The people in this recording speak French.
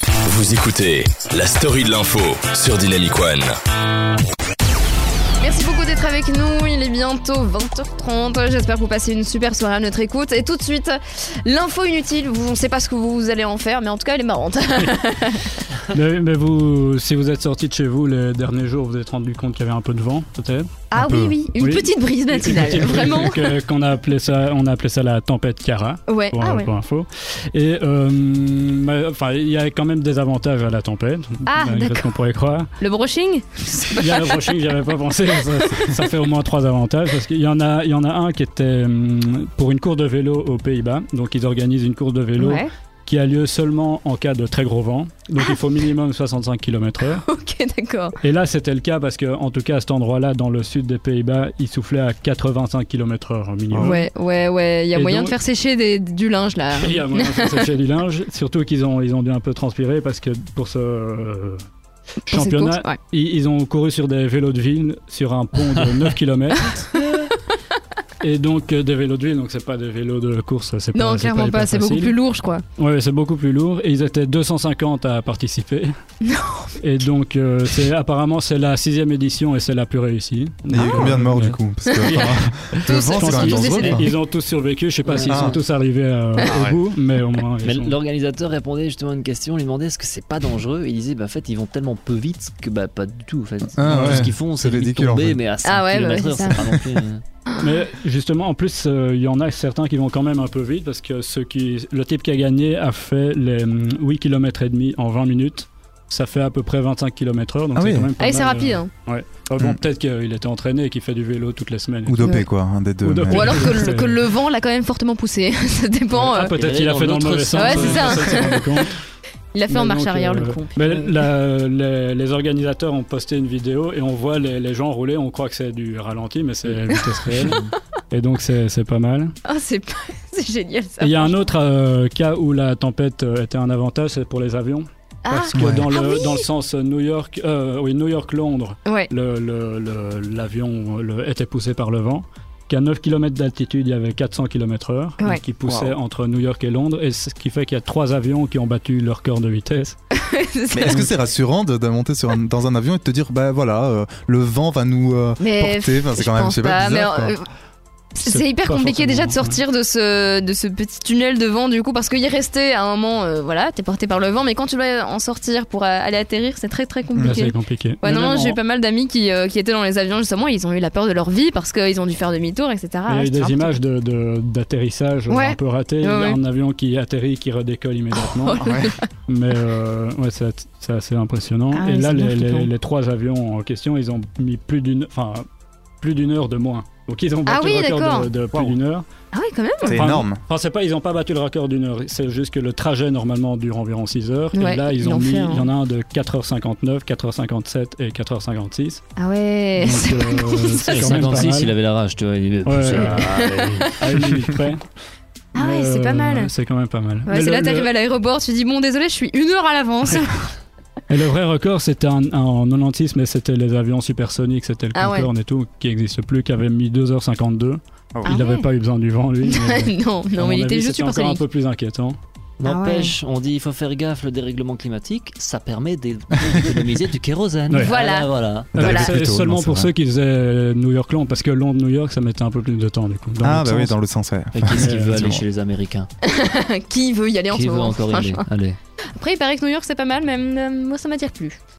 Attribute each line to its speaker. Speaker 1: Vous écoutez la story de l'info sur Dynamic One.
Speaker 2: Merci beaucoup d'être avec nous. Il est bientôt 20h30. J'espère que vous passez une super soirée à notre écoute. Et tout de suite, l'info inutile. Vous, on ne sait pas ce que vous allez en faire, mais en tout cas, elle est marrante.
Speaker 3: Mais, mais vous, si vous êtes sorti de chez vous les derniers jours, vous vous êtes rendu compte qu'il y avait un peu de vent, peut-être
Speaker 2: ah oui,
Speaker 4: peu.
Speaker 2: oui, une
Speaker 3: Oui.
Speaker 2: petite brise matinale.
Speaker 3: Petite brume,
Speaker 2: Ah, Vraiment.
Speaker 3: donc, euh, qu'on a appelé ça, on a appelé ça la tempête Cara.
Speaker 2: Ouais,
Speaker 3: Pour,
Speaker 2: ah ouais.
Speaker 3: pour info. Et euh, mais, enfin, il y a quand même des avantages à la tempête,
Speaker 2: Ah,
Speaker 3: malgré ce
Speaker 2: d'accord.
Speaker 3: qu'on pourrait croire.
Speaker 2: Le brushing
Speaker 3: Il y a le brushing, j'y avais pas pensé. mais Ça, ça fait au moins trois avantages. Parce qu'il y en a, il y en a un qui était hum, pour une course de vélo aux Pays-Bas. Donc ils organisent une course de vélo
Speaker 2: Ouais,
Speaker 3: qui a lieu seulement en cas de très gros vent. Donc il faut minimum 65 km/h.
Speaker 2: ok, d'accord.
Speaker 3: Et là, c'était le cas parce que, en tout cas, à cet endroit-là, dans le sud des Pays-Bas, il soufflait à 85 km/h au minimum.
Speaker 2: Ouais, ouais, ouais. Il y a
Speaker 3: Ah Et
Speaker 2: moyen
Speaker 3: donc-
Speaker 2: de faire sécher des- du linge là.
Speaker 3: Et il y a moyen de sécher du linge, surtout qu'ils ont, ils ont dû un peu transpirer parce que pour ce euh,
Speaker 2: pour cette
Speaker 3: championnat,
Speaker 2: course. Ouais.
Speaker 3: ils, ils ont couru sur des vélos de ville sur un pont de 9 km. Et donc euh, des vélos de ville, donc c'est pas des vélos de course, c'est pas
Speaker 2: Non, clairement pas. C'est beaucoup plus lourd, je crois.
Speaker 3: lourd. Ouais, c'est beaucoup plus lourd. Et ils étaient 250 à participer. Et donc euh, c'est apparemment c'est la sixième édition et c'est la plus réussie.
Speaker 4: Il y
Speaker 2: Ah,
Speaker 4: a eu combien de morts
Speaker 3: Ouais.
Speaker 4: du coup Parce que enfin, le
Speaker 2: Tous-
Speaker 4: vent, c'est
Speaker 2: tous
Speaker 4: quand même
Speaker 2: décédés.
Speaker 4: dangereux.
Speaker 3: Ils-
Speaker 4: quoi.
Speaker 3: Ils ont tous survécu, je sais pas s'ils
Speaker 4: Ah.
Speaker 3: sont tous arrivés euh, au
Speaker 5: ouais.
Speaker 3: bout, mais au moins. ils
Speaker 5: Mais
Speaker 3: sont-
Speaker 5: l'organisateur répondait justement à une question, on lui demandait est-ce que c'est pas dangereux et il disait bah en fait ils vont tellement peu vite que bah pas du tout en fait.
Speaker 4: Ah,
Speaker 5: Tout
Speaker 4: ouais.
Speaker 5: ce qu'ils font
Speaker 4: C'est
Speaker 5: c'est limite
Speaker 4: ridicule, en
Speaker 5: tomber
Speaker 4: fait.
Speaker 5: mais à 100
Speaker 2: Ah ouais, bah ouais,
Speaker 5: km/h,
Speaker 2: c'est
Speaker 5: c'est pas non plus. euh,
Speaker 3: Mais justement, en plus, euh, il y en a certains qui vont quand même un peu vite parce que ceux qui... le type qui a gagné a fait les 8 km et demi en 20 minutes. Ça fait à peu près 25 km heure, donc
Speaker 4: Ah
Speaker 3: c'est
Speaker 4: oui.
Speaker 3: quand même pas
Speaker 2: Ah, c'est
Speaker 3: mal,
Speaker 2: rapide.
Speaker 3: euh.
Speaker 2: hein.
Speaker 3: Ah bon,
Speaker 4: Mm.
Speaker 3: peut-être qu'il était entraîné et qu'il fait du vélo toutes les semaines.
Speaker 4: Ou dopé
Speaker 2: Ouais.
Speaker 4: quoi, un des deux.
Speaker 3: Ou dopé.
Speaker 4: mais-
Speaker 2: Ou alors que, le-
Speaker 3: C'est-
Speaker 2: que le vent l'a quand même fortement poussé. Ça dépend.
Speaker 3: Ah,
Speaker 2: euh,
Speaker 3: peut-être
Speaker 5: Il
Speaker 3: qu'il a fait dans le
Speaker 5: l'autre
Speaker 3: mauvais sens. euh,
Speaker 5: sens.
Speaker 2: Ouais, c'est ça.
Speaker 3: personne s'est rendu compte.
Speaker 2: Il a fait en
Speaker 3: Mais
Speaker 2: marche
Speaker 3: donc,
Speaker 2: arrière le
Speaker 3: euh,
Speaker 2: con.
Speaker 3: Mais
Speaker 2: putain.
Speaker 3: la- les, les organisateurs ont posté une vidéo et on voit les, les gens rouler, on croit que c'est du ralenti, mais c'est la vitesse réelle. Et donc c'est c'est pas mal.
Speaker 2: Ah, c'est pas- c'est génial ça.
Speaker 3: Et il y a un autre euh, cas où la tempête euh, était un avantage, c'est pour les avions.
Speaker 2: Ah,
Speaker 3: Parce que
Speaker 4: Ouais.
Speaker 3: dans, le,
Speaker 2: Ah oui
Speaker 3: dans le sens New York, euh, oui, New York-Londres,
Speaker 2: ouais.
Speaker 3: le- le- le- l'avion le- était poussé par le vent. Qu'à 9 km d'altitude, il y avait 400 km/h
Speaker 2: Ouais.
Speaker 3: qui poussait entre New York et Londres. Et ce qui fait qu'il y a trois avions qui ont battu leur corps de vitesse.
Speaker 2: c'est ça.
Speaker 4: Mais est-ce que c'est rassurant de, de monter sur un- dans un avion et de te dire, bah voilà, euh, le vent va nous euh,
Speaker 2: Mais
Speaker 4: porter Enfin, C'est
Speaker 2: je
Speaker 4: quand même, je
Speaker 2: pense
Speaker 4: sais
Speaker 2: pas.
Speaker 4: pas,
Speaker 2: mais,
Speaker 4: bizarre. quoi.
Speaker 2: euh, C'est
Speaker 3: C'est
Speaker 2: hyper
Speaker 3: pas
Speaker 2: compliqué
Speaker 3: forcément,
Speaker 2: déjà de
Speaker 3: ouais.
Speaker 2: sortir de ce, de ce petit tunnel de vent du coup parce qu'il y rester à un moment, euh, voilà, t'es porté par le vent, mais quand tu dois en sortir pour euh, aller atterrir, c'est très très
Speaker 3: Là,
Speaker 2: compliqué.
Speaker 3: c'est compliqué.
Speaker 2: Ouais,
Speaker 3: Mais
Speaker 2: non, non,
Speaker 3: même
Speaker 2: j'ai
Speaker 3: en-
Speaker 2: eu pas mal d'amis qui, euh, qui étaient dans les avions justement, ils ont eu la peur de leur vie parce qu'ils ont dû faire demi-tour, etc.
Speaker 3: Il y a
Speaker 2: Ouais,
Speaker 3: eu des
Speaker 2: c'est
Speaker 3: images de- de- d'atterrissage
Speaker 2: Ah,
Speaker 3: euh,
Speaker 2: Ouais.
Speaker 3: un peu raté. Il y a
Speaker 2: Ouais, ouais.
Speaker 3: un avion qui atterrit, qui redécolle immédiatement.
Speaker 4: Ah ouais.
Speaker 3: Mais euh, ouais, c'est c'est assez impressionnant.
Speaker 2: Ah
Speaker 3: Et
Speaker 2: ouais,
Speaker 3: là,
Speaker 2: c'est bien
Speaker 3: les, les-
Speaker 2: flippant.
Speaker 3: les trois avions en question, ils ont mis plus d'une enfin, plus d'une heure de moins. Donc ils ont
Speaker 2: Ah
Speaker 3: battu
Speaker 2: oui,
Speaker 3: le record
Speaker 2: d'accord.
Speaker 3: de, de plus
Speaker 5: Wow.
Speaker 3: d'une heure.
Speaker 2: Ah oui, quand même.
Speaker 4: C'est
Speaker 3: Enfin,
Speaker 4: énorme.
Speaker 3: Enfin, c'est pas, ils n'ont pas battu le record d'une heure. C'est juste que le trajet normalement dure environ 6 heures.
Speaker 2: Ouais,
Speaker 3: et là, ils
Speaker 2: ils
Speaker 3: ont
Speaker 2: l'ont
Speaker 3: mis,
Speaker 2: fait,
Speaker 3: il
Speaker 2: hein.
Speaker 3: y en a un de 4h59, 4h57 et 4h56.
Speaker 2: Ah ouais,
Speaker 3: Donc,
Speaker 2: c'est pas
Speaker 3: euh,
Speaker 2: con ça.
Speaker 3: c'est
Speaker 5: Et
Speaker 3: quand même pas
Speaker 5: 56
Speaker 3: mal.
Speaker 5: il avait la rage tu vois. Il est
Speaker 3: Ouais,
Speaker 5: poussé.
Speaker 3: euh, à une minute près.
Speaker 2: Ah ouais,
Speaker 3: Mais,
Speaker 2: c'est pas
Speaker 3: euh,
Speaker 2: mal.
Speaker 3: C'est quand même pas mal.
Speaker 2: Ouais,
Speaker 3: Mais
Speaker 2: c'est
Speaker 3: le-
Speaker 2: là, t'arrives
Speaker 3: le-
Speaker 2: à l'aéroport, tu dis bon, désolé, je suis une heure à l'avance.
Speaker 3: Et le vrai record, c'était un- un- en 96, mais c'était les avions supersoniques, c'était le
Speaker 2: Ah ouais.
Speaker 3: Concorde et tout, qui n'existe plus, qui avait mis 2h52.
Speaker 4: Ah ouais.
Speaker 3: Il n'avait
Speaker 2: ouais.
Speaker 3: pas eu besoin du vent, lui. mais,
Speaker 2: non,
Speaker 3: à
Speaker 2: non,
Speaker 3: mon
Speaker 2: mais il était
Speaker 3: avis,
Speaker 2: juste
Speaker 3: c'était encore un
Speaker 2: supersonique.
Speaker 3: peu plus inquiétant.
Speaker 5: N'empêche, on dit il faut faire gaffe le dérèglement climatique, ça permet d'é- d'économiser du kérosène.
Speaker 3: Ouais.
Speaker 2: Voilà.
Speaker 5: Ah, voilà.
Speaker 4: D'aller
Speaker 2: Voilà.
Speaker 3: Euh,
Speaker 4: plus
Speaker 3: C'est
Speaker 4: tôt, Bah, non,
Speaker 3: seulement
Speaker 4: c'est
Speaker 3: pour
Speaker 4: vrai.
Speaker 3: ceux qui faisaient euh, New York-Londres, parce que Londres-New York, ça mettait un peu plus de temps, du coup. dans
Speaker 4: Ah
Speaker 3: l'autre
Speaker 4: bah oui,
Speaker 3: sens.
Speaker 4: dans le sens, ouais.
Speaker 5: Et qu'est-ce qui veut aller
Speaker 4: Effectivement.
Speaker 5: chez les Américains
Speaker 2: Qui veut y aller en
Speaker 5: Qui
Speaker 2: ce
Speaker 5: veut
Speaker 2: moment
Speaker 5: encore y aller
Speaker 2: franchement.
Speaker 5: Allez.
Speaker 2: Après, il paraît que New York c'est pas mal, mais euh, moi ça m'attire plus.